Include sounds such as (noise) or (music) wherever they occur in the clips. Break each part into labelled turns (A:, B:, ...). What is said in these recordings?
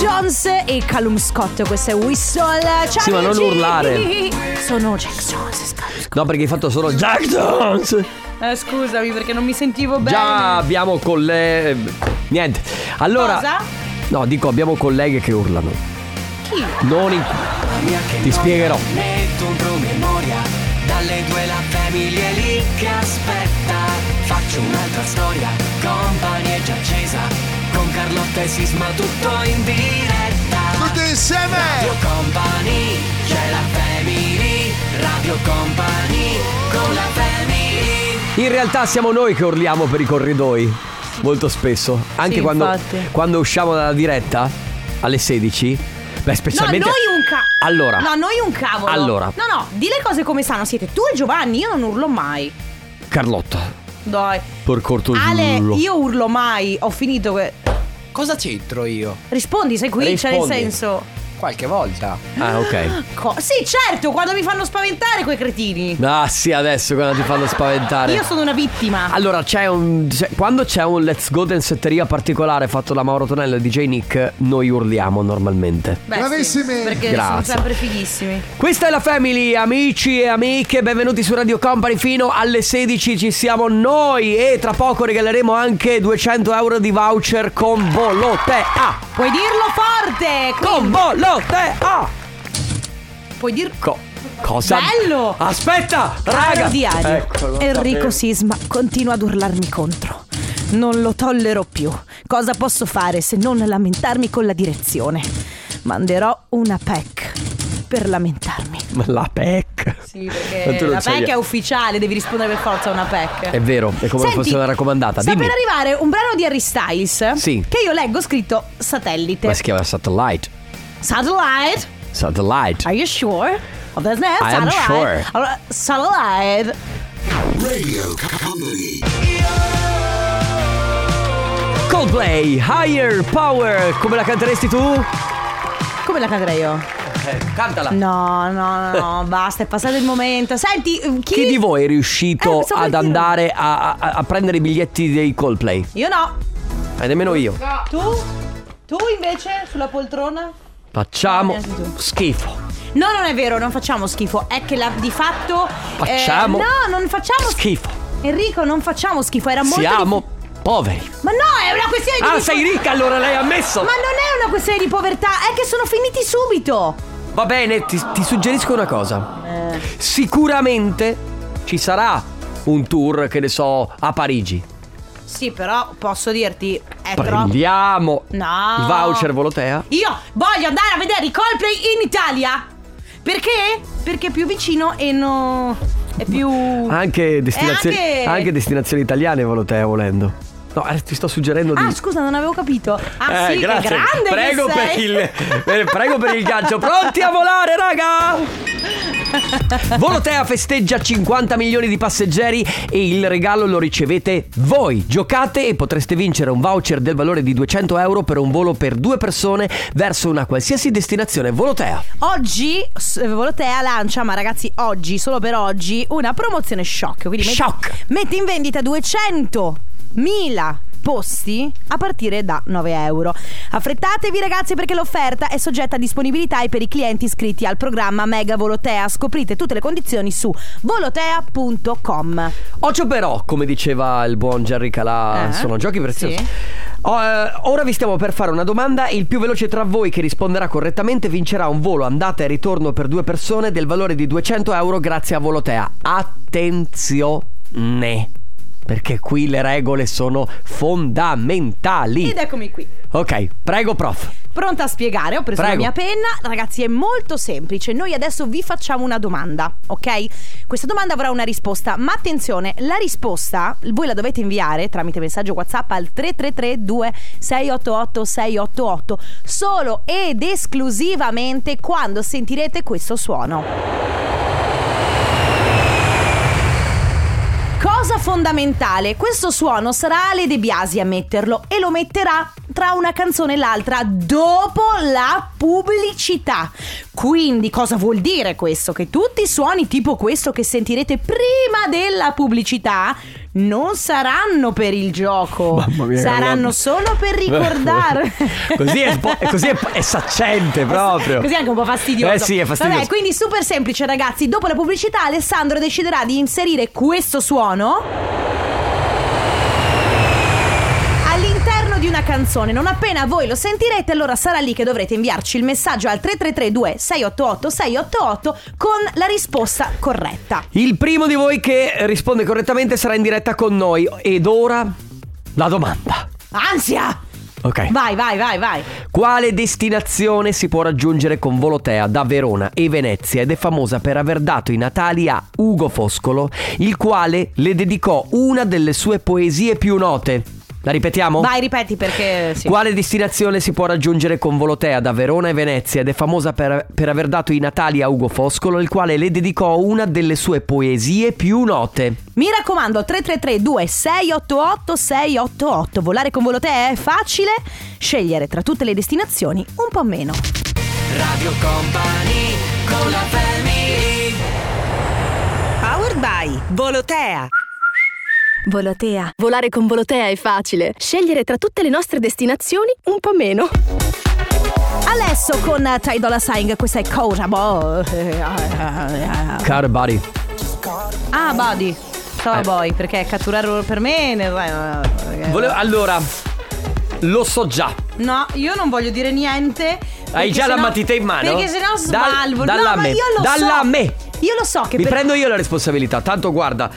A: Jones e Callum Scott. Questo è Whistle. Ciao,
B: Sì, ma non
A: amici!
C: (laughs)
B: urlare.
A: Sono Jack Jones e Scott.
B: No, perché hai fatto solo Jack Jones.
C: Eh, scusami perché non mi sentivo bene.
B: Già abbiamo colleghe. Niente. Allora.
C: Cosa?
B: No, dico, abbiamo colleghe che urlano. Chi? Non in... Ti spiegherò.
D: Metto un promemoria, dalle due la famiglia è lì che aspetta. Faccio un'altra storia, company è già accesa, con Carlotta e Sisma tutto in diretta.
E: Tutti insieme!
D: Radio Company, c'è la family, Radio Company, con la family.
B: In realtà siamo noi che urliamo per i corridoi. Molto spesso. Anche
C: Sì,
B: quando,
C: infatti.
B: quando usciamo dalla diretta alle 16.
C: No,
B: Beh,
C: noi
B: specialmente.
C: un cavolo.
B: Allora.
C: No, noi un cavolo.
B: Allora.
C: No, no, di le cose come stanno. Siete tu e Giovanni, io non urlo mai.
B: Carlotta.
C: Dai.
B: Per corto
C: Ale,
B: giuro.
C: io urlo mai. Ho finito. que-
D: Cosa c'entro io?
C: Rispondi, sei qui, cioè nel
B: Rispondi.
C: senso.
D: Qualche volta.
B: Ah, ok.
C: Co- sì, certo, quando mi fanno spaventare quei cretini.
B: Ah, sì, adesso quando ti fanno spaventare.
C: Io sono una vittima.
B: Allora, c'è un. c'è- quando c'è un let's go densetteria particolare fatto da Mauro Tonello e DJ Nick, noi urliamo normalmente.
C: Beh,
E: Bravissimi.
C: sì, perché sono
B: Grazie.
C: sempre fighissimi.
B: Questa è la Family, amici e amiche, benvenuti su Radio Company fino alle 16 ci siamo noi e tra poco regaleremo anche 200 euro di voucher con Volotea.
C: Puoi dirlo forte. qui-
B: Con Volotea.
C: Puoi dir.
B: Co- cosa?
C: Bello!
B: Aspetta,
C: Caro
B: raga.
C: diario,
B: Eccolo,
C: Enrico Sisma continua ad urlarmi contro. Non lo tollero più. Cosa posso fare se non lamentarmi con la direzione? Manderò una PEC per lamentarmi.
B: La PEC.
C: Sì,
B: Ma tu
C: perché
B: non
C: la
B: sai
C: PEC
B: niente.
C: è ufficiale, devi rispondere per forza a una PEC.
B: È vero, è come
C: Senti,
B: fosse una raccomandata.
C: Sta
B: Dimmi.
C: per arrivare un brano di Harry Styles.
B: Sì.
C: Che io leggo scritto satellite.
B: Ma si chiama Satellite.
C: satellite?
B: Satellite.
C: Are you sure? Of the name?
B: I am
C: satellite.
B: sure.
C: Allora, satellite.
B: Coldplay, Higher Power. Come la canteresti tu?
C: Come la cadrei io?
B: cantala.
C: No, no, no, no,
B: (laughs)
C: basta, è passato il momento. Senti, chi,
B: Chi di voi è
C: Eh,
B: riuscito
C: pensavo
B: ad
C: anch'io.
B: andare a, a- a prendere i biglietti dei Coldplay?
C: Io no.
B: E nemmeno io.
C: Tu? Tu invece sulla poltrona?
B: Facciamo
C: Neanche tu.
B: schifo.
C: No, non è vero, non facciamo schifo. È che la- di fatto. eh,
B: Facciamo
C: no, non facciamo schifo.
B: Schifo.
C: Enrico, non facciamo schifo. Era molto.
B: Siamo poveri.
C: dif- Ma no, è una questione di.
B: Ah,
C: di-
B: sei ricca allora lei ha messo.
C: Ma non è una questione di povertà, è che sono finiti subito.
B: Va bene, ti, ti suggerisco una cosa. Sicuramente ci sarà un tour, che ne so, a Parigi.
C: Eh, Sì, però posso dirti. È troppo.
B: Prendiamo
C: No.
B: il voucher Volotea.
C: Io voglio andare a vedere i Coldplay in Italia. Perché? Perché è più vicino e no. È più. Ah,
B: Anche destinazioni,
C: E Eh, anche-
B: anche destinazioni italiane Volotea volendo. No, eh, ti sto suggerendo di...
C: Ah, scusa, non avevo capito. Ah,
B: Eh,
C: sì,
B: grazie.
C: che grande
B: prego
C: che sei.
B: per il eh, prego per il gancio. Pronti a volare, raga? Volotea festeggia 50 milioni di passeggeri e il regalo lo ricevete voi. Giocate e potreste vincere un voucher del valore di 200 euro per un volo per due persone verso una qualsiasi destinazione Volotea.
C: Oggi s- eh, Volotea lancia, ma ragazzi, oggi, solo per oggi, una promozione shock. Quindi metti-
B: Shock.
C: Metti in vendita 200.000 posti a partire da 9 euro. Affrettatevi ragazzi perché l'offerta è soggetta a disponibilità e per i clienti iscritti al programma Mega Volotea. Scoprite tutte le condizioni su volotea.com.
B: Occhio però, come diceva il buon Jerry Calà,
C: Eh?
B: sono giochi preziosi.
C: Sì.
B: Oh, eh, ora vi stiamo per fare una domanda e il più veloce tra voi che risponderà correttamente vincerà un volo andata e ritorno per due persone del valore di 200 euro grazie a Volotea. Attenzione! Perché qui le regole sono fondamentali.
C: Ed eccomi qui.
B: Ok, prego prof.
C: Pronta a spiegare, ho preso
B: Prego.
C: la mia penna. Ragazzi, è molto semplice. Noi adesso vi facciamo una domanda, ok? Questa domanda avrà una risposta, ma attenzione, la risposta voi la dovete inviare tramite messaggio WhatsApp al 333 2688 688 solo ed esclusivamente quando sentirete questo suono. Cosa fondamentale, questo suono sarà Ale De Biasi a metterlo e lo metterà tra una canzone e l'altra dopo la pubblicità. Quindi cosa vuol dire questo? Che tutti i suoni tipo questo che sentirete prima della pubblicità non saranno per il gioco,
B: Mamma mia,
C: saranno
B: guarda.
C: solo per ricordare.
B: (laughs) così è, spo- così
C: (laughs)
B: è, è saccente proprio.
C: Così è anche un po' fastidioso.
B: Eh sì, è fastidioso.
C: Vabbè, quindi super semplice, ragazzi. Dopo la pubblicità, Alessandro deciderà di inserire questo suono. all'interno di Una canzone, non appena voi lo sentirete, allora sarà lì che dovrete inviarci il messaggio al 3332 688 688 con la risposta corretta.
B: Il primo di voi che risponde correttamente sarà in diretta con noi. Ed ora la domanda.
C: Ansia!
B: Ok.
C: Vai, vai, vai, vai.
B: Quale destinazione si può raggiungere con Volotea da Verona e Venezia ed è famosa per aver dato i natali a Ugo Foscolo, il quale le dedicò una delle sue poesie più note. La ripetiamo?
C: Vai, ripeti perché sì.
B: Quale destinazione si può raggiungere con Volotea da Verona e Venezia ed è famosa per, per aver dato i natali a Ugo Foscolo, il quale le dedicò una delle sue poesie più note.
C: Mi raccomando, 333 688 688 Volare con Volotea è facile. Scegliere tra tutte le destinazioni un po' meno.
D: Radio Company con la family
E: Powered by Volotea.
F: Volotea. Volare con Volotea è facile. Scegliere tra tutte le nostre destinazioni un po' meno.
C: Adesso con Ty Dolla Sign, questa è cosa. boh.
B: Car buddy.
C: Ah, Buddy. Ciao,
B: Eh.
C: boy, perché catturarlo per me. ne- perché-
B: Volevo- allora, lo so già.
C: No, io non voglio dire niente. perché
B: già la
C: sennò-
B: matita in mano?
C: Perché sennò
B: Dal-
C: svalvo.
B: dalla
C: no, ma
B: me.
C: io lo
B: Dalla
C: so.
B: me.
C: Io lo so che
B: Mi
C: per
B: prendo io la responsabilità. Tanto guarda,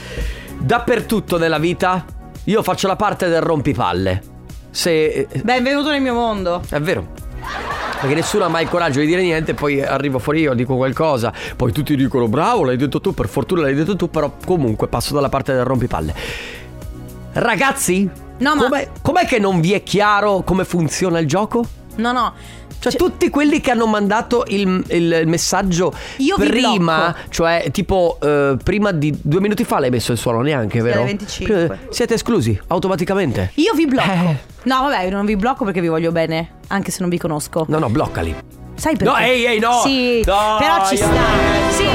B: dappertutto nella vita io faccio la parte del rompipalle. Se eh,
C: Benvenuto nel mio mondo.
B: è vero. Perché nessuno ha mai il coraggio di dire niente, poi arrivo fuori io, dico qualcosa, poi tutti dicono bravo, l'hai detto tu, per fortuna l'hai detto tu, però comunque passo dalla parte del rompipalle. Ragazzi,
C: No, ma-
B: com'è, com'è che non vi è chiaro come funziona il gioco?
C: No, no.
B: Cioè, tutti quelli che hanno mandato il, il messaggio
C: Io vi
B: prima,
C: blocco.
B: cioè tipo eh, prima di due minuti fa l'hai messo il suono neanche, vero?
C: alle 25.
B: Prima- siete esclusi automaticamente.
C: Io vi blocco.
B: Eh.
C: No, vabbè, io non vi blocco perché vi voglio bene, anche se non vi conosco.
B: No, no, bloccali.
C: Sai perché?
B: No, ehi, ehi, no.
C: Sì,
B: No,
C: però ci
B: io-
C: sta. Sì.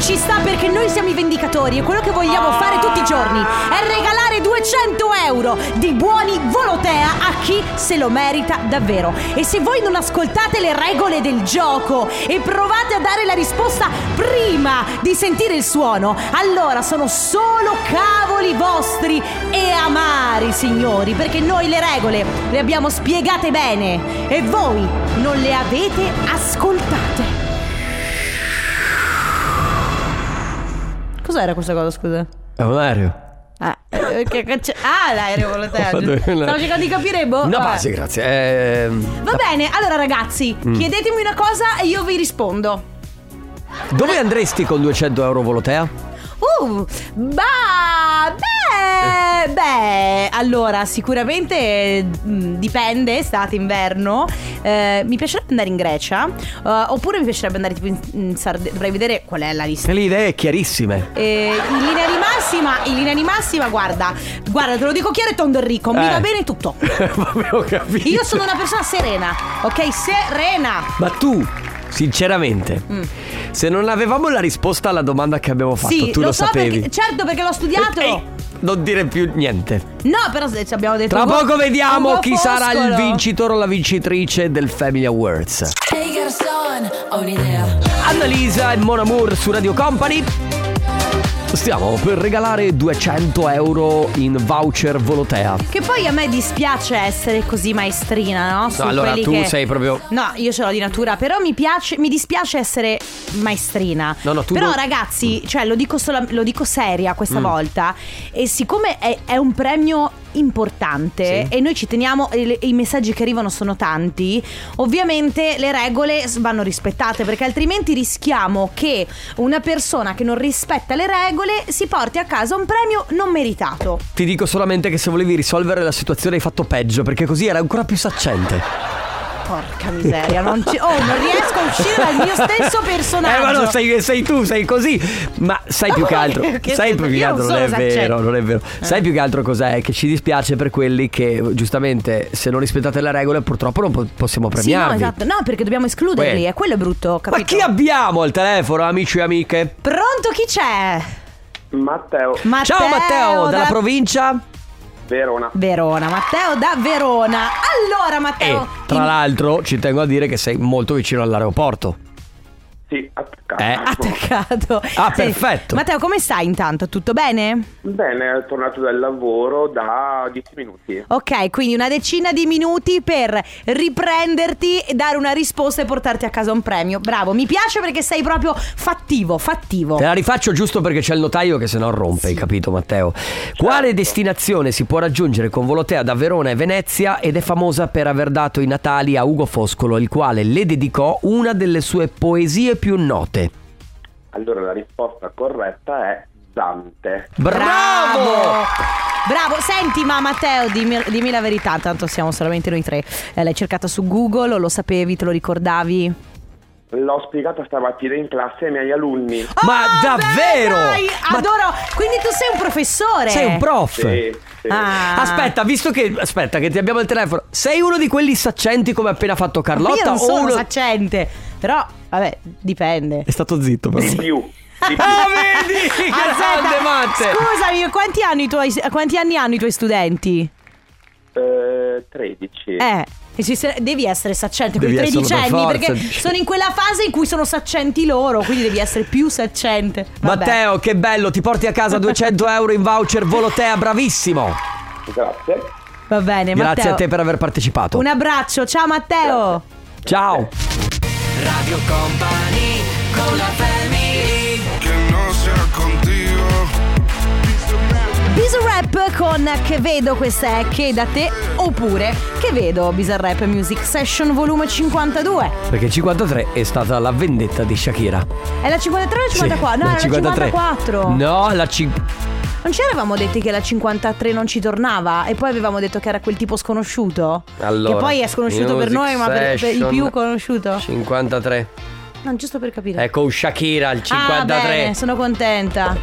C: Ci sta perché noi siamo i vendicatori e quello che vogliamo fare tutti i giorni è regalare 200 euro di buoni volotea a chi se lo merita davvero. E se voi non ascoltate le regole del gioco e provate a dare la risposta prima di sentire il suono, allora sono solo cavoli vostri e amari, signori, perché noi le regole le abbiamo spiegate bene e voi non le avete ascoltate. Cos'era questa cosa, scusa?
B: È un aereo.
C: Ah, eh, che caccia- ah, l'aereo volotea. Stavo cercando di capire, boh.
B: No,
C: vabbè.
B: ma Mm. sì, grazie. Ehm,
C: Va bene, allora ragazzi, chiedetemi una cosa e io vi rispondo.
B: dove andresti con 200 euro volotea?
C: Uh, bah, beh, beh, allora sicuramente eh, mh, dipende, estate, inverno. Eh, mi piacerebbe andare in Grecia, eh, oppure mi piacerebbe andare tipo in, Sardegna. Dovrei vedere qual è la lista.
B: Che le idee chiarissime. (laughs)
C: Eh, in linea di massima, in linea di massima, guarda, guarda, te lo dico chiaro e tondo Enrico, mi
B: Eh.
C: va bene tutto.
B: Vabbè, ho capito.
C: Io sono una persona serena, ok? Serena.
B: Ma tu, sinceramente,
C: Mm.
B: se non avevamo la risposta alla domanda che abbiamo fatto,
C: sì,
B: tu lo,
C: so
B: sapevi.
C: perché certo perché l'ho studiato.
B: Ehi, non dire più niente.
C: No, però se ci abbiamo detto
B: Tra
C: Ugo-
B: poco vediamo
C: Ugo
B: chi sarà il
C: Foscolo.
B: vincitore o la vincitrice del Family Awards. Annalisa e Mon Amour su Radio Company. Stiamo per regalare 200 euro in voucher Volotea.
C: Che poi a me dispiace essere così maestrina, no? Su
B: No, allora
C: quelli
B: tu
C: che-
B: sei proprio.
C: No, io ce l'ho di natura, però mi piace, mi dispiace essere maestrina.
B: No, no, tu
C: però
B: non- Mm.
C: ragazzi, cioè lo dico, sola- lo dico seria questa volta, e siccome è, è un premio importante
B: Sì.
C: e noi ci teniamo, e le- i messaggi che arrivano sono tanti, ovviamente le regole s- vanno rispettate perché altrimenti rischiamo che una persona che non rispetta le regole si porti a casa un premio non meritato.
B: Ti dico solamente che se volevi risolvere la situazione hai fatto peggio, perché così era ancora più saccente.
C: Porca miseria, non ci- oh, non riesco a uscire dal mio stesso personaggio.
B: Eh, ma no, sei, sei tu, sei così. Ma sai più che altro.
C: Che
B: sai
C: scusa,
B: più che
C: io non
B: altro, non
C: sono
B: è
C: saccente.
B: vero, non è vero.
C: Eh.
B: Sai più che altro cos'è? Che ci dispiace per quelli che, giustamente, se non rispettate le regole, purtroppo non po- possiamo
C: Sì, no,
B: premiarvi.
C: esatto. No, perché dobbiamo escluderli,
B: Beh.
C: è quello è brutto,
B: Ma
C: capito?
B: chi abbiamo al telefono, amici e amiche?
C: Pronto chi c'è?
G: Matteo,
B: Ciao Matteo,
C: da-
B: dalla provincia.
G: Verona.
C: Verona, Matteo da Verona. Allora
B: E
C: Matteo,
B: tra l'altro ci tengo a dire che sei molto vicino all'aeroporto.
G: Sì, attaccato.
B: Eh.
C: attaccato.
B: Ah, perfetto.
C: Matteo, come stai intanto? Tutto bene?
G: Bene, è tornato dal lavoro da 10 minuti.
C: Ok, quindi una decina di minuti per riprenderti, dare una risposta e portarti a casa un premio. Bravo, mi piace perché sei proprio fattivo, fattivo.
B: Te la rifaccio giusto perché c'è il notaio che se no rompe, hai capito Matteo?
C: Certo.
B: Quale destinazione si può raggiungere con Volotea da Verona e Venezia ed è famosa per aver dato i Natali a Ugo Foscolo, il quale le dedicò una delle sue poesie più note.
G: Allora la risposta corretta è Dante.
B: Bravo!
C: Bravo, senti ma Matteo, dimmi, dimmi la verità, tanto siamo solamente noi tre. Eh, l'hai cercata su Google, o lo sapevi, te lo ricordavi?
G: L'ho spiegata stamattina in classe ai miei alunni.
B: Ma
C: Ah,
B: davvero?
C: beh, dai,
B: Ma-
C: adoro. Quindi tu sei un professore.
B: Sei un prof!
G: Sì, sì.
C: Ah.
B: Aspetta, visto che aspetta che ti abbiamo il telefono, sei uno di quelli saccenti come ha appena fatto Carlotta
C: Io non
B: o
C: sono
B: uno
C: saccente. Però, vabbè,
B: (laughs)
C: dipende.
B: È stato zitto però.
G: Di più. Di più.
B: (laughs) Ah, vedi! Grande
C: (laughs) Aspetta,
B: Matte!
C: Scusami, quanti anni, i tuoi, quanti anni hanno i tuoi studenti?
G: Eh, 13.
C: Eh. e ci se- devi essere saccente con i
B: Devi esserlo per
C: tredicenni
B: forza,
C: perché
B: dici.
C: sono in quella fase in cui sono saccenti loro, quindi devi essere più saccente. Vabbè.
B: Matteo, che bello, ti porti a
C: (laughs)
B: casa 200 euro in voucher Volotea, bravissimo!
G: Grazie.
C: Va bene,
B: Grazie
C: Matteo.
B: a te per aver partecipato.
C: Un abbraccio, ciao Matteo.
B: Ciao!
D: Radio Company con la family
C: Bizarrap con Che vedo, questa è Che da te oppure Che vedo Bizarrap Music Session volume 52.
B: Perché 53 è stata la vendetta di Shakira.
C: È la 53 o la
B: Sì,
C: 54? no,
B: la
C: era
B: 53.
C: la 54.
B: No, la 5.
C: Non ci eravamo detti che la 53 non ci tornava e poi avevamo detto che era quel tipo sconosciuto?
B: Allora.
C: che poi è sconosciuto per
B: Music
C: noi, ma per, per il
B: Session.
C: più conosciuto?
B: 53.
C: No, giusto per capire.
B: Ecco Shakira il
C: Ah,
B: 53.
C: bene, sono contenta.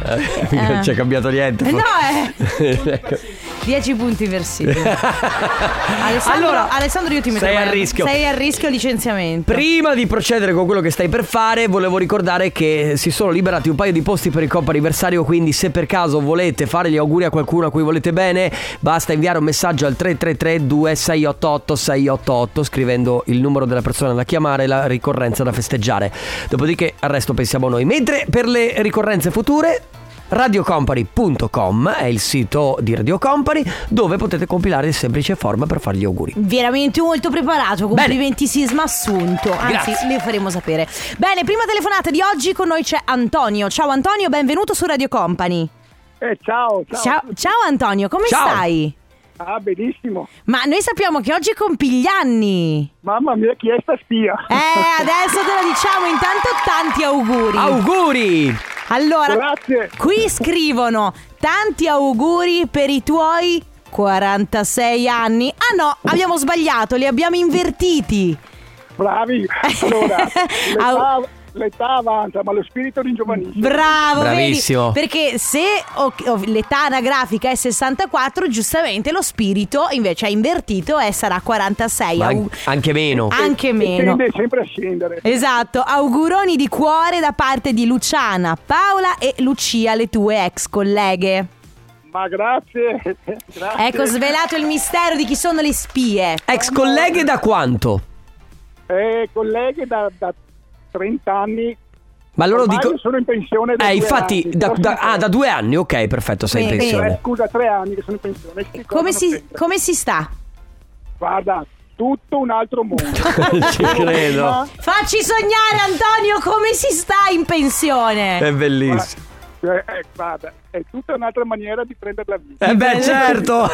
B: Eh, (laughs) Non c'è cambiato niente.
C: Eh, No, eh.
B: (laughs) Ecco.
C: 10 punti per sì. Alessandro,
B: Allora,
C: Alessandro, io ti metto
B: sei a
C: mano.
B: rischio.
C: Sei a rischio licenziamento.
B: Prima di procedere con quello che stai per fare, volevo ricordare che si sono liberati un paio di posti per il Coppa anniversario, quindi se per caso volete fare gli auguri a qualcuno a cui volete bene, basta inviare un messaggio al 333 2688 688 scrivendo il numero della persona da chiamare e la ricorrenza da festeggiare. Dopodiché al resto pensiamo noi. Mentre per le ricorrenze future radiocompany.com è il sito di Radio Company dove potete compilare il semplice forma per fare gli auguri.
C: Veramente molto preparato, complimenti Sisma assunto, anzi
B: Grazie.
C: le faremo sapere. Bene, prima telefonata di oggi con noi c'è Antonio. Ciao Antonio, benvenuto su Radio Company.
H: Eh, ciao, ciao.
C: Ciao, ciao Antonio, come
B: Ciao.
C: stai?
H: Ah, benissimo.
C: Ma noi sappiamo che oggi compi gli anni.
H: Mamma mia, chi è sta spia?
C: Eh,
B: (laughs)
C: adesso te lo diciamo, intanto tanti auguri.
B: Auguri!
C: allora,
H: Grazie.
C: qui scrivono tanti auguri per i tuoi 46 anni. Ah no, abbiamo sbagliato, li abbiamo invertiti.
H: (laughs) Bravi.
B: (laughs)
H: Allora, l'età,
C: Au-
H: l'età avanza, ma lo spirito ringiovanisce.
C: Bravo, vedi?
B: Bravissimo.
C: Perché se o- o- l'età anagrafica è 64, giustamente lo spirito invece è invertito e sarà 46.
B: Ma
C: Au-
B: an- anche meno. Eh.
C: anche
H: E
C: meno.
H: tende sempre a scendere.
C: Esatto, auguroni di cuore da parte di Luciana, Paola e Lucia, le tue ex colleghe.
B: (laughs)
H: Ma grazie.
B: Eh.
H: grazie.
C: Ecco, svelato il mistero di chi sono le spie.
B: Ex colleghe da quanto?
H: Eh, colleghe da, da 30 anni.
B: Ma loro
H: Ormai
B: dico.
H: io sono in pensione da
B: eh,
H: due
B: infatti,
H: anni.
B: da,
H: Posso
B: da-
H: dire?
B: ah, da due anni, ok, perfetto, sei in
C: Sì, sì.
H: Eh,
B: pensione.
H: scusa, tre anni che sono in pensione. Che cosa
C: Come
H: non
C: si,
H: pensa?
C: come si sta?
H: Guarda, tutto un altro mondo.
B: (laughs) Eh, Ci credo.
C: Facci sognare Antonio come si sta in pensione.
B: È bellissimo.
H: Eh, eh, guarda, è tutta un'altra maniera di prendere la vita. Eh,
B: Eh
C: (laughs)
B: beh, certo.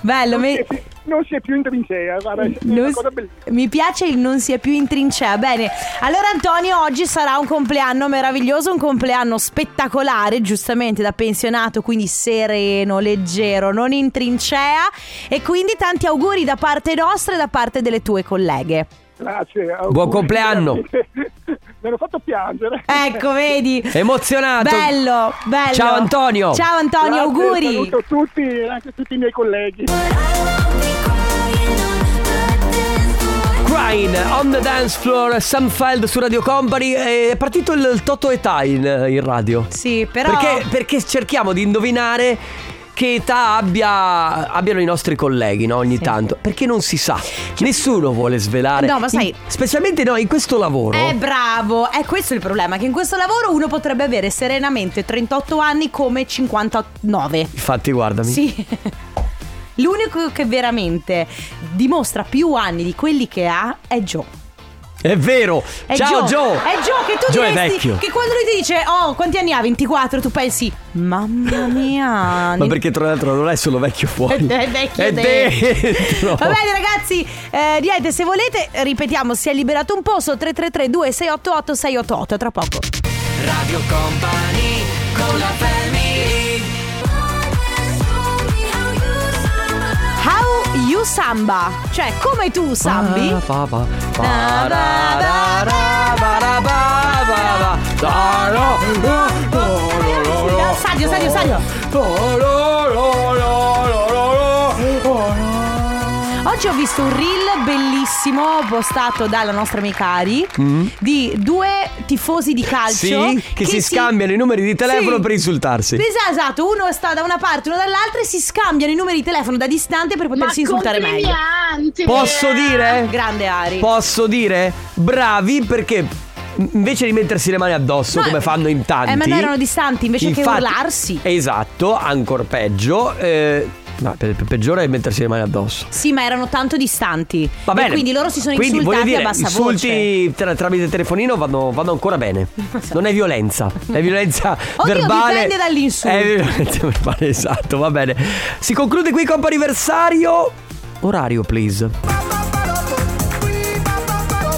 C: Bello, mi,
H: Non si è più in trincea, guarda, è
C: non
H: una
C: si-
H: cosa bellissima.
C: mi piace il non sia più in trincea. Bene, allora Antonio oggi sarà un compleanno meraviglioso, un compleanno spettacolare, giustamente da pensionato, quindi sereno, leggero, non in trincea. E quindi tanti auguri da parte nostra e da parte delle tue colleghe.
H: Grazie.
B: Buon compleanno.
H: (laughs) Mi hanno fatto piangere.
C: Ecco, vedi.
B: Emozionato.
C: Bello, bello.
B: Ciao, Antonio.
C: Ciao Antonio,
H: Grazie,
C: auguri.
H: Saluto tutti e anche tutti i miei colleghi.
B: Crying on the dance floor, Sam Feld su Radio Company. Eh, È partito il, il Toto età in, in radio.
C: Sì, però.
B: Perché, perché cerchiamo di indovinare che età abbia, abbiano i nostri colleghi no? ogni tanto. Perché non si sa. Nessuno vuole svelare.
C: Cioè, No, ma sai- Eh,
B: In- specialmente no, in questo lavoro.
C: È bravo, è questo il problema, che in questo lavoro uno potrebbe avere serenamente 38 anni come 59.
B: Infatti, guardami.
C: Sì. L'unico che veramente dimostra più anni di quelli che ha è Joe.
B: È vero.
C: È
B: Ciao Joe.
C: È Joe che tu
B: Joe è
C: diresti
B: vecchio.
C: che quando lui ti dice "Oh, quanti anni ha? 24", tu pensi "Mamma mia".
B: (laughs) Ma perché tra l'altro non è solo vecchio
C: (laughs)
B: fuori.
C: È vecchio
B: È dentro.
C: Va bene ragazzi, eh, niente, se volete, ripetiamo, si è liberato un posto 333 2688 688 tra poco.
D: Radio Company con la family
C: How you samba? Cioè, come tu sambi?
B: Ba, ba, ba,
C: Da,
B: ra,
C: da,
B: ra, ra, ba, ra, ba, ba, ba. Da, ra, ra, ra, ra, ra, ra.
C: Sadio, sadio, sadio.
B: Da, ra, ra, ra, ra, ra, ra.
C: Oggi ho visto un reel bellissimo postato dalla nostra amica Ari di due tifosi di calcio
B: Mm. Sì, che si scambiano i numeri di telefono per insultarsi.
C: Esatto, esatto, uno sta da una parte, uno dall'altra e si scambiano i numeri di telefono da distante per potersi insultare meglio. Ah,
B: Posso dire?
C: Grande Ari.
B: Posso dire? Bravi perché invece di mettersi le mani addosso
C: No,
B: come fanno in tanti
C: eh, ma no, erano distanti, invece che
B: infatti-
C: urlarsi.
B: Esatto, ancora peggio eh, No, pe- pe- peggiore è mettersi le mani addosso
C: sì, ma erano tanto distanti.
B: Va
C: E
B: bene.
C: quindi loro si sono
B: Quindi,
C: insultati
B: voglio dire,
C: a bassa voce.
B: insulti tra- tramite telefonino vanno, vanno ancora bene. Non è violenza, è
C: (laughs)
B: violenza
C: Oddio,
B: verbale.
C: dipende dall'insulto.
B: È violenza verbale, esatto, va bene. Si conclude qui con anniversario. Orario, please.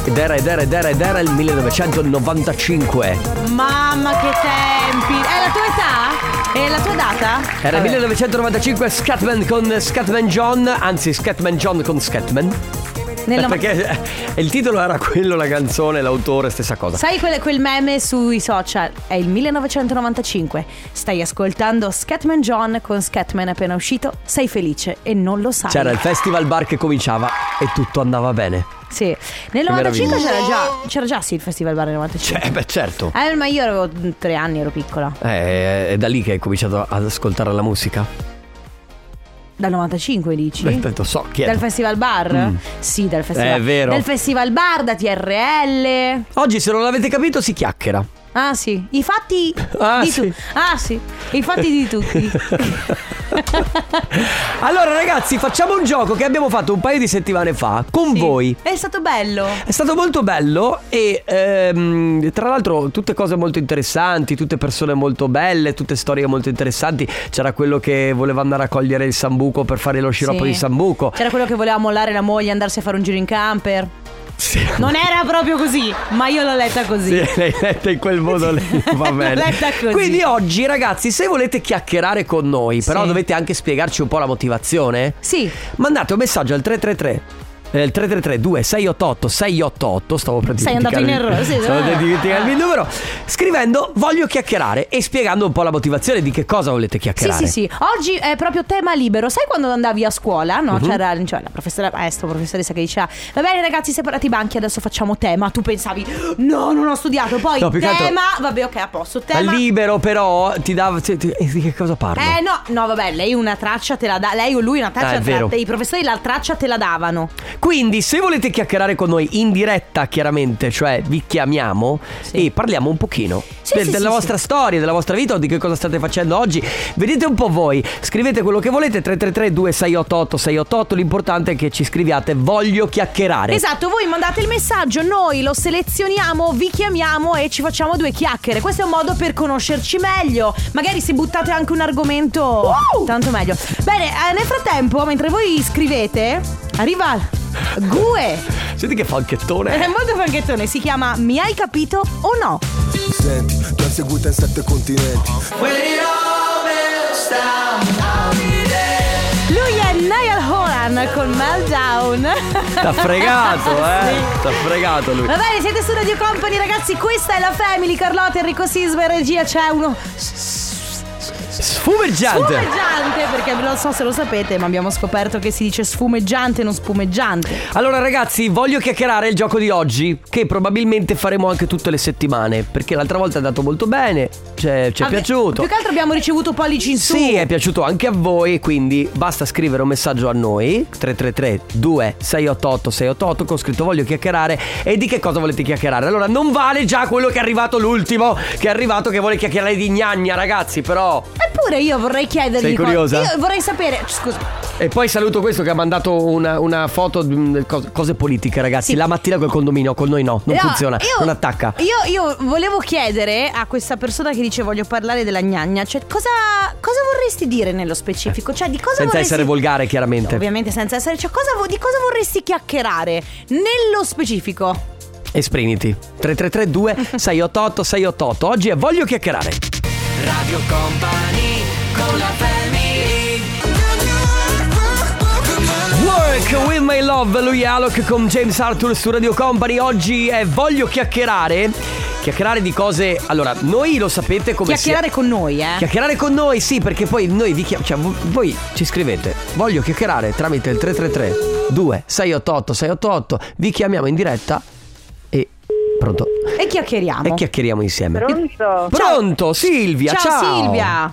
B: Ed era, ed era, ed era, ed era il 1995.
C: Mamma che tempi. È la tua età? È la tua data?
B: Era il
C: Vabbè.
B: 1995 Scatman con Scatman John, anzi Scatman John con Scatman.
C: Nella-
B: Eh, (laughs) Perché eh, il titolo era quello, la canzone, l'autore, stessa cosa.
C: Sai quel, quel meme sui social? È il 1995. Stai ascoltando Scatman John con Scatman appena uscito. Sei felice e non lo sai.
B: C'era il festival bar che cominciava e tutto andava bene.
C: Sì. Nel
B: Che
C: 95
B: meraviglia.
C: c'era già, c'era già sì il Festival Bar nel 95.
B: Cioè, beh, certo.
C: Eh, ma io avevo tre anni, ero piccola.
B: Eh, è da lì che hai cominciato ad ascoltare la musica?
C: Dal 95 dici?
B: Beh, tanto so chi è.
C: Dal Festival Bar? Sì, dal Festival
B: Eh, è vero.
C: Dal Festival Bar, da TRL.
B: Oggi, se non l'avete capito, si
C: (laughs)
B: chiacchiera.
C: Ah sì, i fatti
B: (laughs) Ah,
C: di
B: sì.
C: tutti. Ah sì, i fatti di tutti. (laughs)
B: Allora, ragazzi, facciamo un gioco che abbiamo fatto un paio di settimane fa con (laughs) voi.
C: È stato bello.
B: È stato molto bello e ehm, tra l'altro tutte cose molto interessanti, tutte persone molto belle, tutte storie molto interessanti. C'era quello che voleva andare a cogliere il sambuco per fare lo sciroppo
C: Sì.
B: di sambuco.
C: C'era quello che voleva mollare la moglie e andarsi a fare un giro in camper.
B: Sì.
C: Non era proprio così, ma io l'ho letta così.
B: Sì, l'hai letta in quel modo lì, va
C: L'ho
B: bene.
C: letta così.
B: Quindi oggi ragazzi, se volete chiacchierare con noi, però
C: Sì.
B: dovete anche spiegarci un po' la motivazione,
C: Sì.
B: mandate un messaggio al 333. eh, Il 333 2688 688 Stavo per
C: Sei andato
B: dimenticarmi-
C: in errore, sì,
B: Stavo per
C: eh.
B: dimenticarmi il numero Scrivendo voglio chiacchierare E spiegando un po' la motivazione di che cosa volete
C: Sì,
B: chiacchierare
C: sì, sì. Oggi è proprio tema libero. Sai quando andavi a scuola? No?
B: Mhm.
C: C'era cioè, la professora, maestro, professoressa che diceva: Va bene, ragazzi, separate i banchi, adesso facciamo tema. Tu pensavi, no, non ho studiato. Poi
B: No, più che
C: tema,
B: altro-
C: vabbè, ok, a posto.
B: Al
C: Tema.
B: libero però ti dava ti- ti- eh, Di che cosa parlo?
C: eh no, no, vabbè, lei una traccia te la dà, lei o lui una
B: Ah,
C: traccia
B: è
C: te
B: vero.
C: la, i professori la traccia te la davano.
B: Quindi se volete chiacchierare con noi in diretta chiaramente, cioè vi chiamiamo
C: Sì.
B: e parliamo un pochino
C: Sì, sì,
B: della
C: sì,
B: vostra storia, della vostra vita o di che cosa state facendo oggi. Vedete un po' voi, scrivete quello che volete 333 2688 688, l'importante è che ci scriviate voglio chiacchierare.
C: Esatto, voi mandate il messaggio, noi lo selezioniamo, vi chiamiamo e ci facciamo due chiacchiere. Questo è un modo per conoscerci meglio. Magari se buttate anche un argomento, tanto meglio. Bene, eh, nel frattempo, mentre voi scrivete, arriva Gue.
B: Senti che
I: Eh.
B: eh? falchettone.
C: È molto fanchettone, si chiama Mi hai capito o no?
I: Senti, l'ho seguita in sette continenti.
C: Lui è Niall Horan con Meltdown.
B: T'ha fregato, eh?
C: Sì. Eh,
B: T'ha fregato lui.
C: Va bene, siete su Radio Company, ragazzi. Questa è la Family. Carlotta, Enrico Sisma e regia. C'è uno.
B: Sfumeggiante.
C: Sfumeggiante, perché non so se lo sapete, ma abbiamo scoperto che si dice sfumeggiante, non spumeggiante.
B: Allora ragazzi, voglio chiacchierare il gioco di oggi, che probabilmente faremo anche tutte le settimane, perché l'altra volta è andato molto bene, cioè, ci è
C: Vabbè,
B: piaciuto.
C: Più che altro abbiamo ricevuto pollici in su.
B: Sì, è piaciuto anche a voi, quindi basta scrivere un messaggio a noi 333 2688 688 con scritto voglio chiacchierare e di che cosa volete chiacchierare. Allora non vale già quello che è arrivato l'ultimo, che è arrivato che vuole chiacchierare di gnagna, ragazzi, però
C: Eppure io vorrei chiedergli
B: Sei
C: co-
B: curiosa?
C: Io vorrei sapere Scusa
B: E poi saluto questo che ha mandato una, una foto di cose, cose politiche, ragazzi.
C: Sì.
B: La mattina col condominio, con noi no, non
C: No,
B: funziona,
C: io-
B: non attacca.
C: io, io volevo chiedere a questa persona che dice voglio parlare della gnagna Cioè cosa, cosa vorresti dire nello specifico? Cioè di cosa
B: Senza
C: vorresti
B: essere volgare, chiaramente.
C: Ovviamente senza essere Cioè cosa vo- di cosa vorresti chiacchierare nello specifico?
B: Esprimiti. 3332 688 688. Oggi è voglio chiacchierare.
D: Radio Company con la family
B: Work with my love, lui è Alok con James Arthur su Radio Company. Oggi è voglio chiacchierare. Chiacchierare di cose. Allora, noi lo sapete come si-
C: chiacchierare con noi eh
B: Chiacchierare con noi, sì, perché poi noi vi chiam- cioè, vo- voi ci scrivete. Voglio chiacchierare tramite il 333 2688 688. Vi chiamiamo in diretta e pronto.
C: E chiacchieriamo
B: E chiacchieriamo insieme.
J: Pronto?
B: Pronto, Silvia,
C: Ciao,
B: ciao.
C: Silvia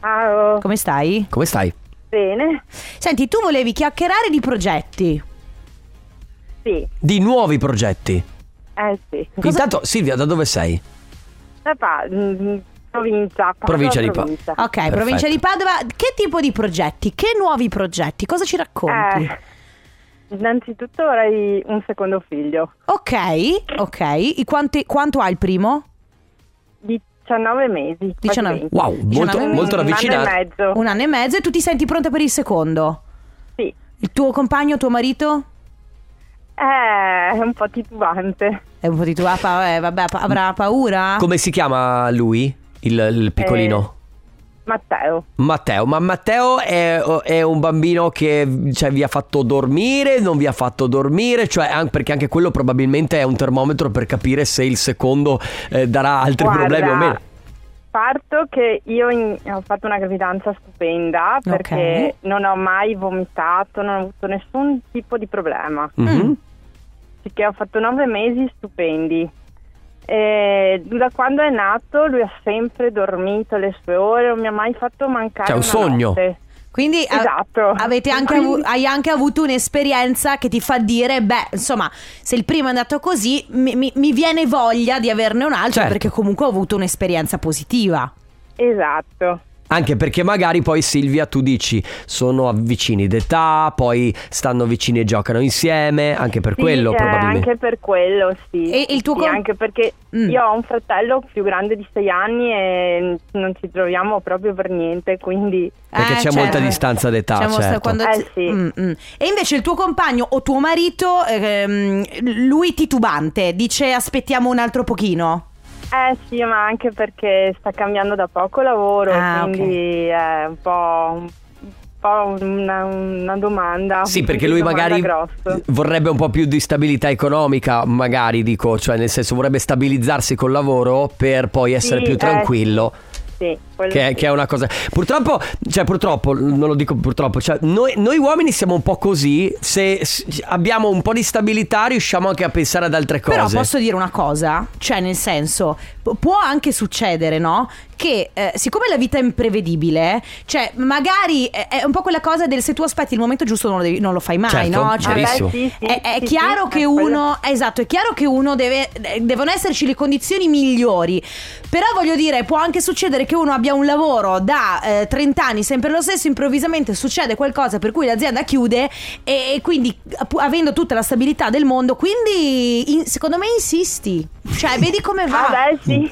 J: Ciao.
C: Come stai?
B: Come stai?
J: Bene?
C: Senti tu volevi chiacchierare di progetti
J: Sì,
B: Di nuovi progetti.
J: eh sì.
B: Intanto Silvia, da dove sei?
J: Da pa- mm, provincia. Padova,
B: Provincia di Pa-
J: provincia.
C: Ok,
B: Perfetto.
C: provincia di Padova, che tipo di progetti? Che nuovi progetti? Cosa ci racconti?
J: Eh, innanzitutto vorrei un secondo figlio.
C: Ok, ok. I quanti- quanto ha il primo?
J: 19 mesi. quasi
C: 19.
J: 20.
B: Wow, molto,
C: Diciannove-
B: molto
J: Un anno
B: ravvicinato.
J: e mezzo.
C: Un anno e mezzo e tu ti senti pronta per il secondo?
J: Sì.
C: Il tuo compagno, tuo marito?
J: Eh, è un po' titubante.
C: È un po' di tua pa- eh, vabbè, pa- avrà paura?
B: Come si chiama lui? Il, il piccolino?
C: Eh,
J: Matteo.
B: Matteo, ma Matteo è, è un bambino che cioè, vi ha fatto dormire, non vi ha fatto dormire, cioè, an- perché anche quello probabilmente è un termometro per capire se il secondo eh, darà altri
J: Guarda,
B: problemi o meno.
J: Parto che io in- ho fatto una gravidanza stupenda perché non ho mai vomitato, non ho avuto nessun tipo di problema.
B: Mhm.
J: perché ho fatto nove mesi stupendi. E da quando è nato lui ha sempre dormito le sue ore, non mi ha mai fatto mancare.
B: Cioè, un
J: una
B: sogno.
J: notte.
C: Quindi a-
J: Esatto.
C: avete anche avu-
J: Quindi-
C: hai anche avuto un'esperienza che ti fa dire, beh, insomma, se il primo è andato così, mi, mi- mi viene voglia di averne un altro
B: Certo.
C: perché comunque ho avuto un'esperienza positiva.
J: Esatto.
B: Anche perché magari poi Silvia tu dici sono vicini d'età, poi stanno vicini e giocano insieme, anche per
J: Sì,
B: quello
J: eh,
B: probabilmente.
J: Anche per quello, sì.
C: E il tuo
J: Sì,
C: col-
J: anche perché
C: Mm.
J: io ho un fratello più grande di sei anni e non ci troviamo proprio per niente, quindi
B: Perché c'è molta distanza d'età,
C: Eh, molta-
B: certo.
J: Eh, sì.
C: Mm, mm. E invece il tuo compagno o tuo marito, ehm, lui titubante, dice aspettiamo un altro pochino.
J: Eh sì, ma anche perché sta cambiando da poco lavoro,
C: Ah, ok.
J: quindi è un po', un po' una, una domanda.
B: Sì, perché lui
J: una
B: magari
J: Ah, domanda grossa.
B: vorrebbe un po' più di stabilità economica, magari dico, cioè nel senso vorrebbe stabilizzarsi col lavoro per poi essere
J: Sì,
B: più
J: eh,
B: tranquillo.
J: Sì, quello
B: Che,
J: sì. Ah,
B: che è una cosa. Purtroppo, cioè, purtroppo, non lo dico purtroppo, cioè, noi, noi uomini siamo un po' così. Se s- abbiamo un po' di stabilità, riusciamo anche a pensare ad altre cose.
C: Però posso dire una cosa, cioè nel senso, p- può anche succedere, no? Che eh, siccome la vita è imprevedibile, cioè magari è, è un po' quella cosa del se tu aspetti il momento giusto non lo, devi- non lo fai mai,
B: Certo,
C: no? Cioè,
B: verissimo.
J: Ah, beh, sì, sì,
C: è, è
J: sì,
C: chiaro
J: sì,
C: che
J: è quello.
C: uno esatto è chiaro che uno deve eh, devono esserci le condizioni migliori però voglio dire può anche succedere che uno abbia un lavoro da eh, 30 anni sempre lo stesso improvvisamente succede qualcosa per cui l'azienda chiude e, e quindi app- avendo tutta la stabilità del mondo quindi in- secondo me insisti cioè vedi come va
J: Ah, beh, sì.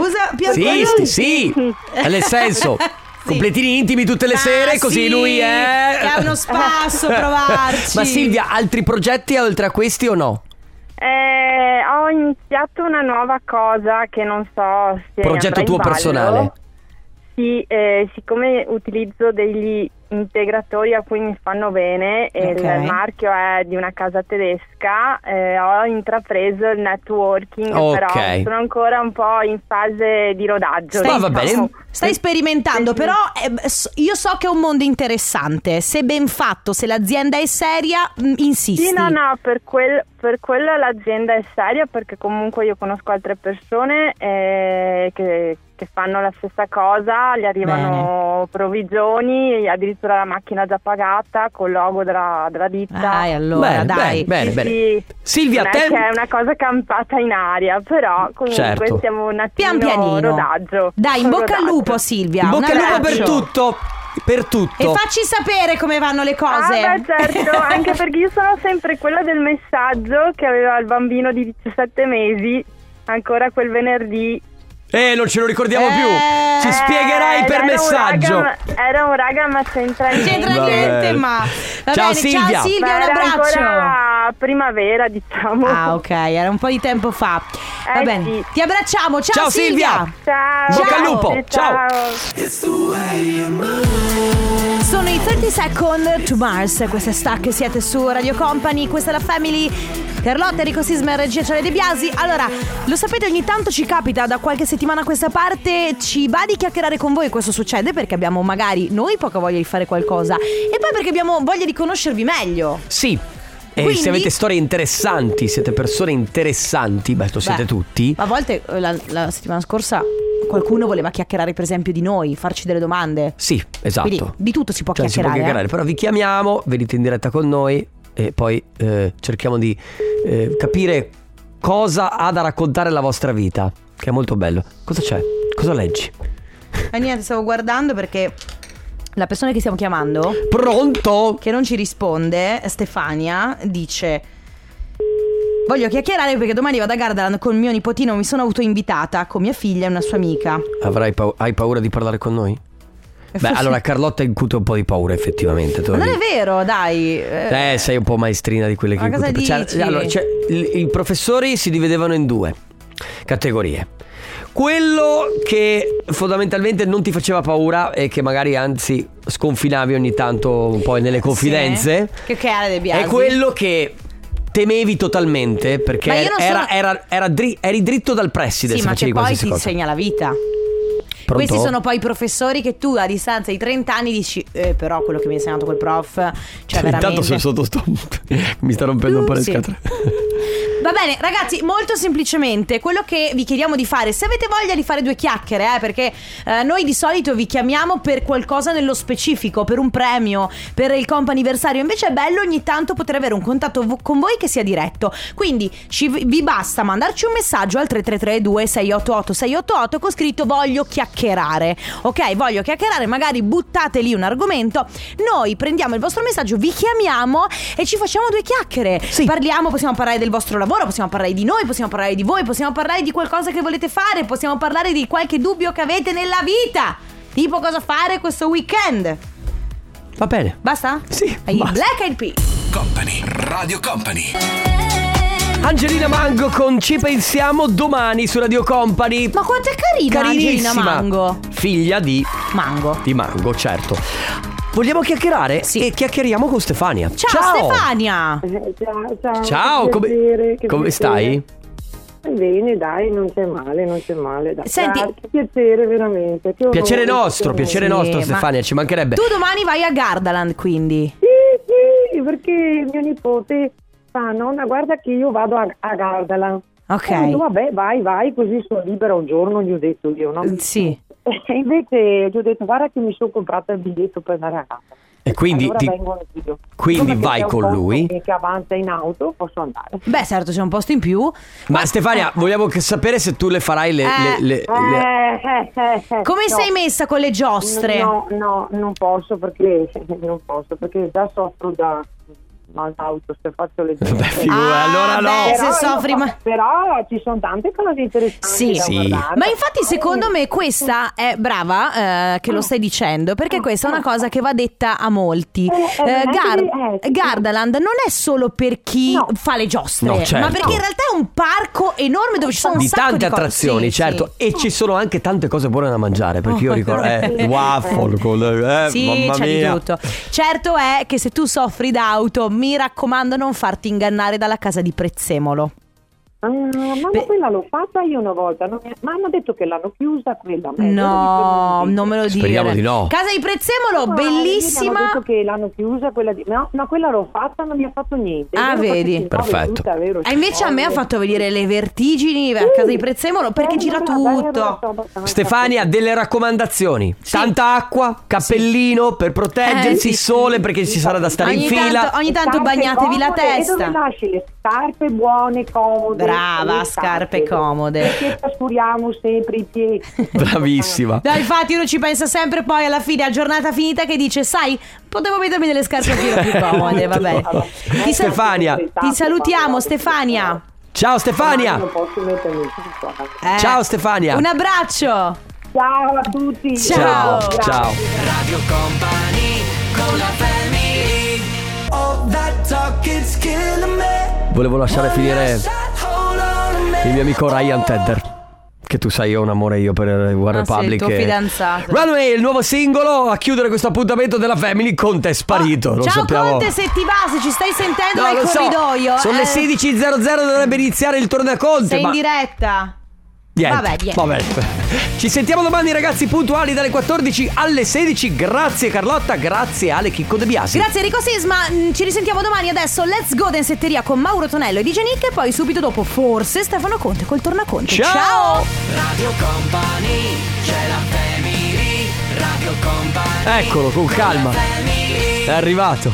C: (laughs) usa più
B: Sì, sì, sì. È
C: (laughs)
B: nel senso. Completini intimi tutte le
C: Ah,
B: sere, così
C: sì,
B: lui è.
C: che è
B: (laughs)
C: uno spasso provarci.
B: Ma Silvia, altri progetti oltre a questi o no?
J: (laughs) Eh, ho iniziato una nuova cosa che non so se
B: Progetto
J: andrà in
B: tuo
J: ballo.
B: personale.
J: Sì, eh, siccome utilizzo degli integratori a cui mi fanno bene, e
C: Ok.
J: il marchio è di una casa tedesca, eh, ho intrapreso il networking,
B: Ok.
J: però sono ancora un po' in fase di rodaggio.
B: Ma
J: diciamo.
B: va bene.
C: Stai sperimentando,
J: Sì, sì.
C: però eh, s- io so che è un mondo interessante. Se ben fatto, se l'azienda è seria, mh, insisti.
J: Sì, no, no, per, quel- per quello l'azienda è seria perché comunque io conosco altre persone eh, che, che fanno la stessa cosa, gli arrivano provvigioni, addirittura la macchina già pagata col logo della, della ditta.
C: Dai, allora,
B: Bene,
C: dai.
B: bene, bene, bene.
J: Sì, sì.
B: Silvia,
J: non
B: te-
J: è che è una cosa campata in aria, però comunque
B: Certo.
J: siamo un attimo
C: Pian pianino.
J: rodaggio.
C: Dai, in
J: Un
C: bocca al
J: rodaggio.
C: lupo, Silvia.
B: In
C: un
B: bocca al lupo per
C: abbraccio.
B: tutto. Per tutto.
C: E facci sapere come vanno le cose.
J: Ah, beh,
C: (laughs)
J: certo, anche perché io sono sempre quella del messaggio che aveva il bambino di 17 mesi, ancora quel venerdì.
B: Eh, non ce lo ricordiamo
C: Eh,
B: più. Ci
J: Eh,
B: spiegherai per
J: era un
B: messaggio.
J: raga, ma- era un raga, ma c'entra
C: Non
J: niente.
C: c'entra
B: Vabbè.
C: niente, ma. Va
B: Ciao,
C: bene,
B: Silvia.
C: ciao Silvia,
J: Ma
C: un
J: era
C: abbraccio.
J: ancora primavera, diciamo.
C: Ah, ok, era un po' di tempo fa. Va
J: Eh,
C: bene.
J: sì.
C: Ti abbracciamo, ciao,
B: Ciao, Silvia.
J: Ciao.
B: Bocca al lupo, ciao.
J: ciao.
C: Sono i 30 Second to Mars, questa è Stack, siete su Radio Company, questa è la Family. Carlotta, Enrico Sisma e regia Ciale De Biasi. Allora, lo sapete, ogni tanto ci capita, da qualche settimana a questa parte, ci va di chiacchierare con voi, questo succede perché abbiamo magari noi poca voglia di fare qualcosa e poi perché abbiamo voglia di conoscervi meglio.
B: Sì. E
C: Quindi-
B: se avete storie interessanti, siete persone interessanti, beh, lo siete
C: Beh,
B: tutti.
C: A volte eh, la, la settimana scorsa qualcuno voleva chiacchierare per esempio di noi, farci delle domande.
B: Sì, esatto.
C: Quindi di tutto si può
B: Cioè, si può
C: chiacchierare. eh.
B: chiacchierare, però vi chiamiamo, venite in diretta con noi e poi eh, cerchiamo di eh, capire cosa ha da raccontare la vostra vita, che è molto bello. Cosa c'è? Cosa leggi?
C: E niente, stavo guardando perché la persona che stiamo chiamando,
B: Pronto?
C: che non ci risponde, Stefania, dice... Voglio chiacchierare perché domani vado a Gardaland con mio nipotino, mi sono autoinvitata con mia figlia e una sua amica.
B: Avrai pau- hai paura di parlare con noi?
C: Eh,
B: Beh, allora cioè, Carlotta incute un po' di paura effettivamente. te lo
C: Ma non è
B: dico.
C: vero, dai. Eh,
B: Eh, sei un po' maestrina di quelle che
C: Ma cosa
B: incuti- cioè,
C: dici?
B: allora, cioè, il- i professori si dividevano in due categorie. Quello che fondamentalmente non ti faceva paura e che magari anzi sconfinavi ogni tanto un po' nelle confidenze.
C: Sì. Che- che era De Biasi.
B: È quello che temevi totalmente perché
C: Ma io non
B: era-
C: sono-
B: era- era dri- eri dritto dal presside
C: sì,
B: se
C: ma che
B: facevi
C: poi
B: qualsiasi
C: ti
B: cosa.
C: insegna la vita.
B: Pronto?
C: Questi sono poi i professori che tu a distanza di 30 anni dici, eh, però quello che mi ha insegnato quel prof, cioè veramente...
B: Intanto sono sotto sto- Mi sta rompendo un po' le
C: Sì.
B: scatole.
C: (laughs) Va bene, ragazzi, molto semplicemente quello che vi chiediamo di fare, se avete voglia di fare due chiacchiere, eh, perché eh, noi di solito vi chiamiamo per qualcosa nello specifico, per un premio, per il comp anniversario, invece è bello ogni tanto poter avere un contatto vo- con voi che sia diretto. Quindi ci- vi basta mandarci un messaggio al 3332 688 688 con Ecco scritto voglio chiacchierare. Ok, voglio chiacchierare, magari buttate lì un argomento, noi prendiamo il vostro messaggio, vi chiamiamo e ci facciamo due chiacchiere. Parliamo, possiamo parlare del vostro lavoro, possiamo parlare di noi, possiamo parlare di voi, possiamo parlare di qualcosa che volete fare, possiamo parlare di qualche dubbio che avete nella vita. Tipo cosa fare questo weekend.
B: Va bene.
C: Basta?
B: Sì,
C: Ai
B: basta.
C: Black Eyed Peas.
D: Company, Radio Company.
B: Angelina Mango con Ci pensiamo domani su Radio Company.
C: Ma quanto è carina
B: Carinissima.
C: Angelina Mango.
B: Figlia di,
C: Mango.
B: di Mango, certo. Vogliamo chiacchierare?
C: Sì.
B: E chiacchieriamo con Stefania.
C: Ciao, Stefania.
K: Ciao, ciao.
B: Ciao,
K: che
B: come,
K: piacere, che
B: come
K: piacere.
B: stai?
K: Bene, dai, non c'è male, non c'è male. Dai.
C: Senti-
K: Dai, che piacere veramente. che
B: Piacere
K: onore,
B: nostro,
K: che
B: piacere
C: Sì,
B: nostro
C: ma-
B: Stefania, ci mancherebbe.
C: Tu domani vai a Gardaland quindi.
K: onore. Sì, sì, perché mio nipote
J: ah,
K: fa, nonna, guarda che io vado a, a Gardala.
C: Ok.
K: E io, vabbè, vai, vai, così sono libera un giorno, gli ho detto io, no?
C: Sì.
K: E invece gli ho detto, guarda che mi sono comprata il biglietto per andare a Gardala.
B: E quindi,
K: allora
B: ti-
K: vengo anch'io.
B: quindi
K: Insomma, se
B: vai
K: c'è un
B: con
K: posto
B: lui.
K: Che avanza in auto, posso andare.
C: Beh, certo, c'è un posto in più.
K: Eh,
B: Ma Stefania, vogliamo che- sapere se tu le farai le... le-
C: Eh,
B: le- le-
K: Eh, eh, eh, eh,
C: Come
K: no.
C: sei messa con le giostre?
K: (laughs) No, no, non posso perché non posso perché già soffro da auto se faccio le due.
B: figura, eh, allora no.
C: Ah, beh, se soffri, ma-
K: Però ci sono tante cose interessanti
C: Sì.
K: da
B: Sì.
K: guardare.
C: Ma infatti
K: eh.
C: secondo me questa è brava eh,
K: Mm.
C: che lo stai dicendo perché questa è una cosa che va detta a molti.
K: Eh, eh,
C: Eh, Gar-
K: eh, sì.
C: Gardaland non è solo per chi
K: No.
C: fa le giostre,
B: No, certo.
C: ma perché in realtà è un parco enorme dove ci sono un
B: Di
C: sacco
B: tante
C: di cose.
B: attrazioni,
C: Sì,
B: certo,
C: sì.
B: e ci sono anche tante cose buone da mangiare, perché io
C: Oh,
B: ricordo eh,
C: (laughs) veramente.
B: waffle con le- eh,
C: Sì,
B: mamma
C: c'è
B: mia.
C: di tutto. Certo è che se tu soffri d'auto, mi raccomando non farti ingannare dalla casa di Prezzemolo.
K: Ah, mamma,
C: Beh-
K: quella l'ho fatta io una volta. non mi- Ma hanno detto che l'hanno chiusa quella.
C: No,
K: ma ero di Tremonti.
C: non me lo dire.
B: Speriamo di no.
C: Casa di Prezzemolo,
K: No, Mi hanno
C: bellissima.
K: detto che l'hanno chiusa quella di... No, no, quella l'ho fatta, non mi ha fatto niente.
C: Ah,
K: Io l'ho
C: vedi.
K: fatta in nove
B: Perfetto.
K: minute, vero,
C: Ah, invece a me ha
K: folle.
C: fatto venire le vertigini a casa di Prezzemolo perché
K: Eh,
C: gira
K: no, guarda, io non
C: tutto.
K: so abbastanza.
B: Stefania, delle raccomandazioni. Tanta acqua, cappellino per proteggersi,
C: Eh, sì.
B: sole perché ci sarà da stare
C: Ogni
B: in fila.
C: tanto, ogni tanto
K: Scarpe
C: bagnatevi la
K: comode, E dove
C: testa.
K: lasci le scarpe buone, comode?
C: Brava,
K: le
C: scarpe comode.
K: Perché trascuriamo sempre i piedi.
B: Bravissima.
C: Dai, infatti uno ci pensa sempre poi alla fine, a giornata finita, che dice, sai, potevo mettermi delle scarpe un
K: (laughs)
C: pochino più comode, vabbè. Ti, sal-
B: Stefania.
C: ti salutiamo Stefania.
B: Ciao Stefania.
K: Ah, Non posso mettermi tutto.
C: Eh,
B: Ciao Stefania.
C: Un abbraccio.
K: Ciao a tutti.
C: Ciao.
B: Ciao. Ciao.
D: Radio Company con la family All that talk is killing me
B: Volevo lasciare finire il mio amico Ryan Tedder. Che tu sai, io ho un amore io per One
C: Ah, sì,
B: Republic.
C: il tuo
B: e-
C: fidanzato.
B: Runway, il nuovo singolo a chiudere questo appuntamento della Family. Conte è sparito. non
C: Ah, Ciao
B: sappiamo.
C: Conte, se ti va, se ci stai sentendo
B: No,
C: nel
B: lo so.
C: corridoio.
B: Sono
C: eh,
B: le 16.00, dovrebbe iniziare il torneo Conte.
C: Sei in
B: ma...
C: diretta.
B: Niente.
C: Vabbè, niente.
B: Ci sentiamo domani, ragazzi, puntuali dalle 14 alle 16. Grazie, Carlotta. Grazie, Ale Chicco De Biasi.
C: Grazie Enrico Sisma, Mm, ci risentiamo domani adesso Let's Go Densetteria con Mauro Tonello e DJ Nick e poi subito dopo forse Stefano Conte col Tornaconte.
B: Ciao!
D: Radio Company c'è la family Radio Company
B: Eccolo, con calma. È arrivato.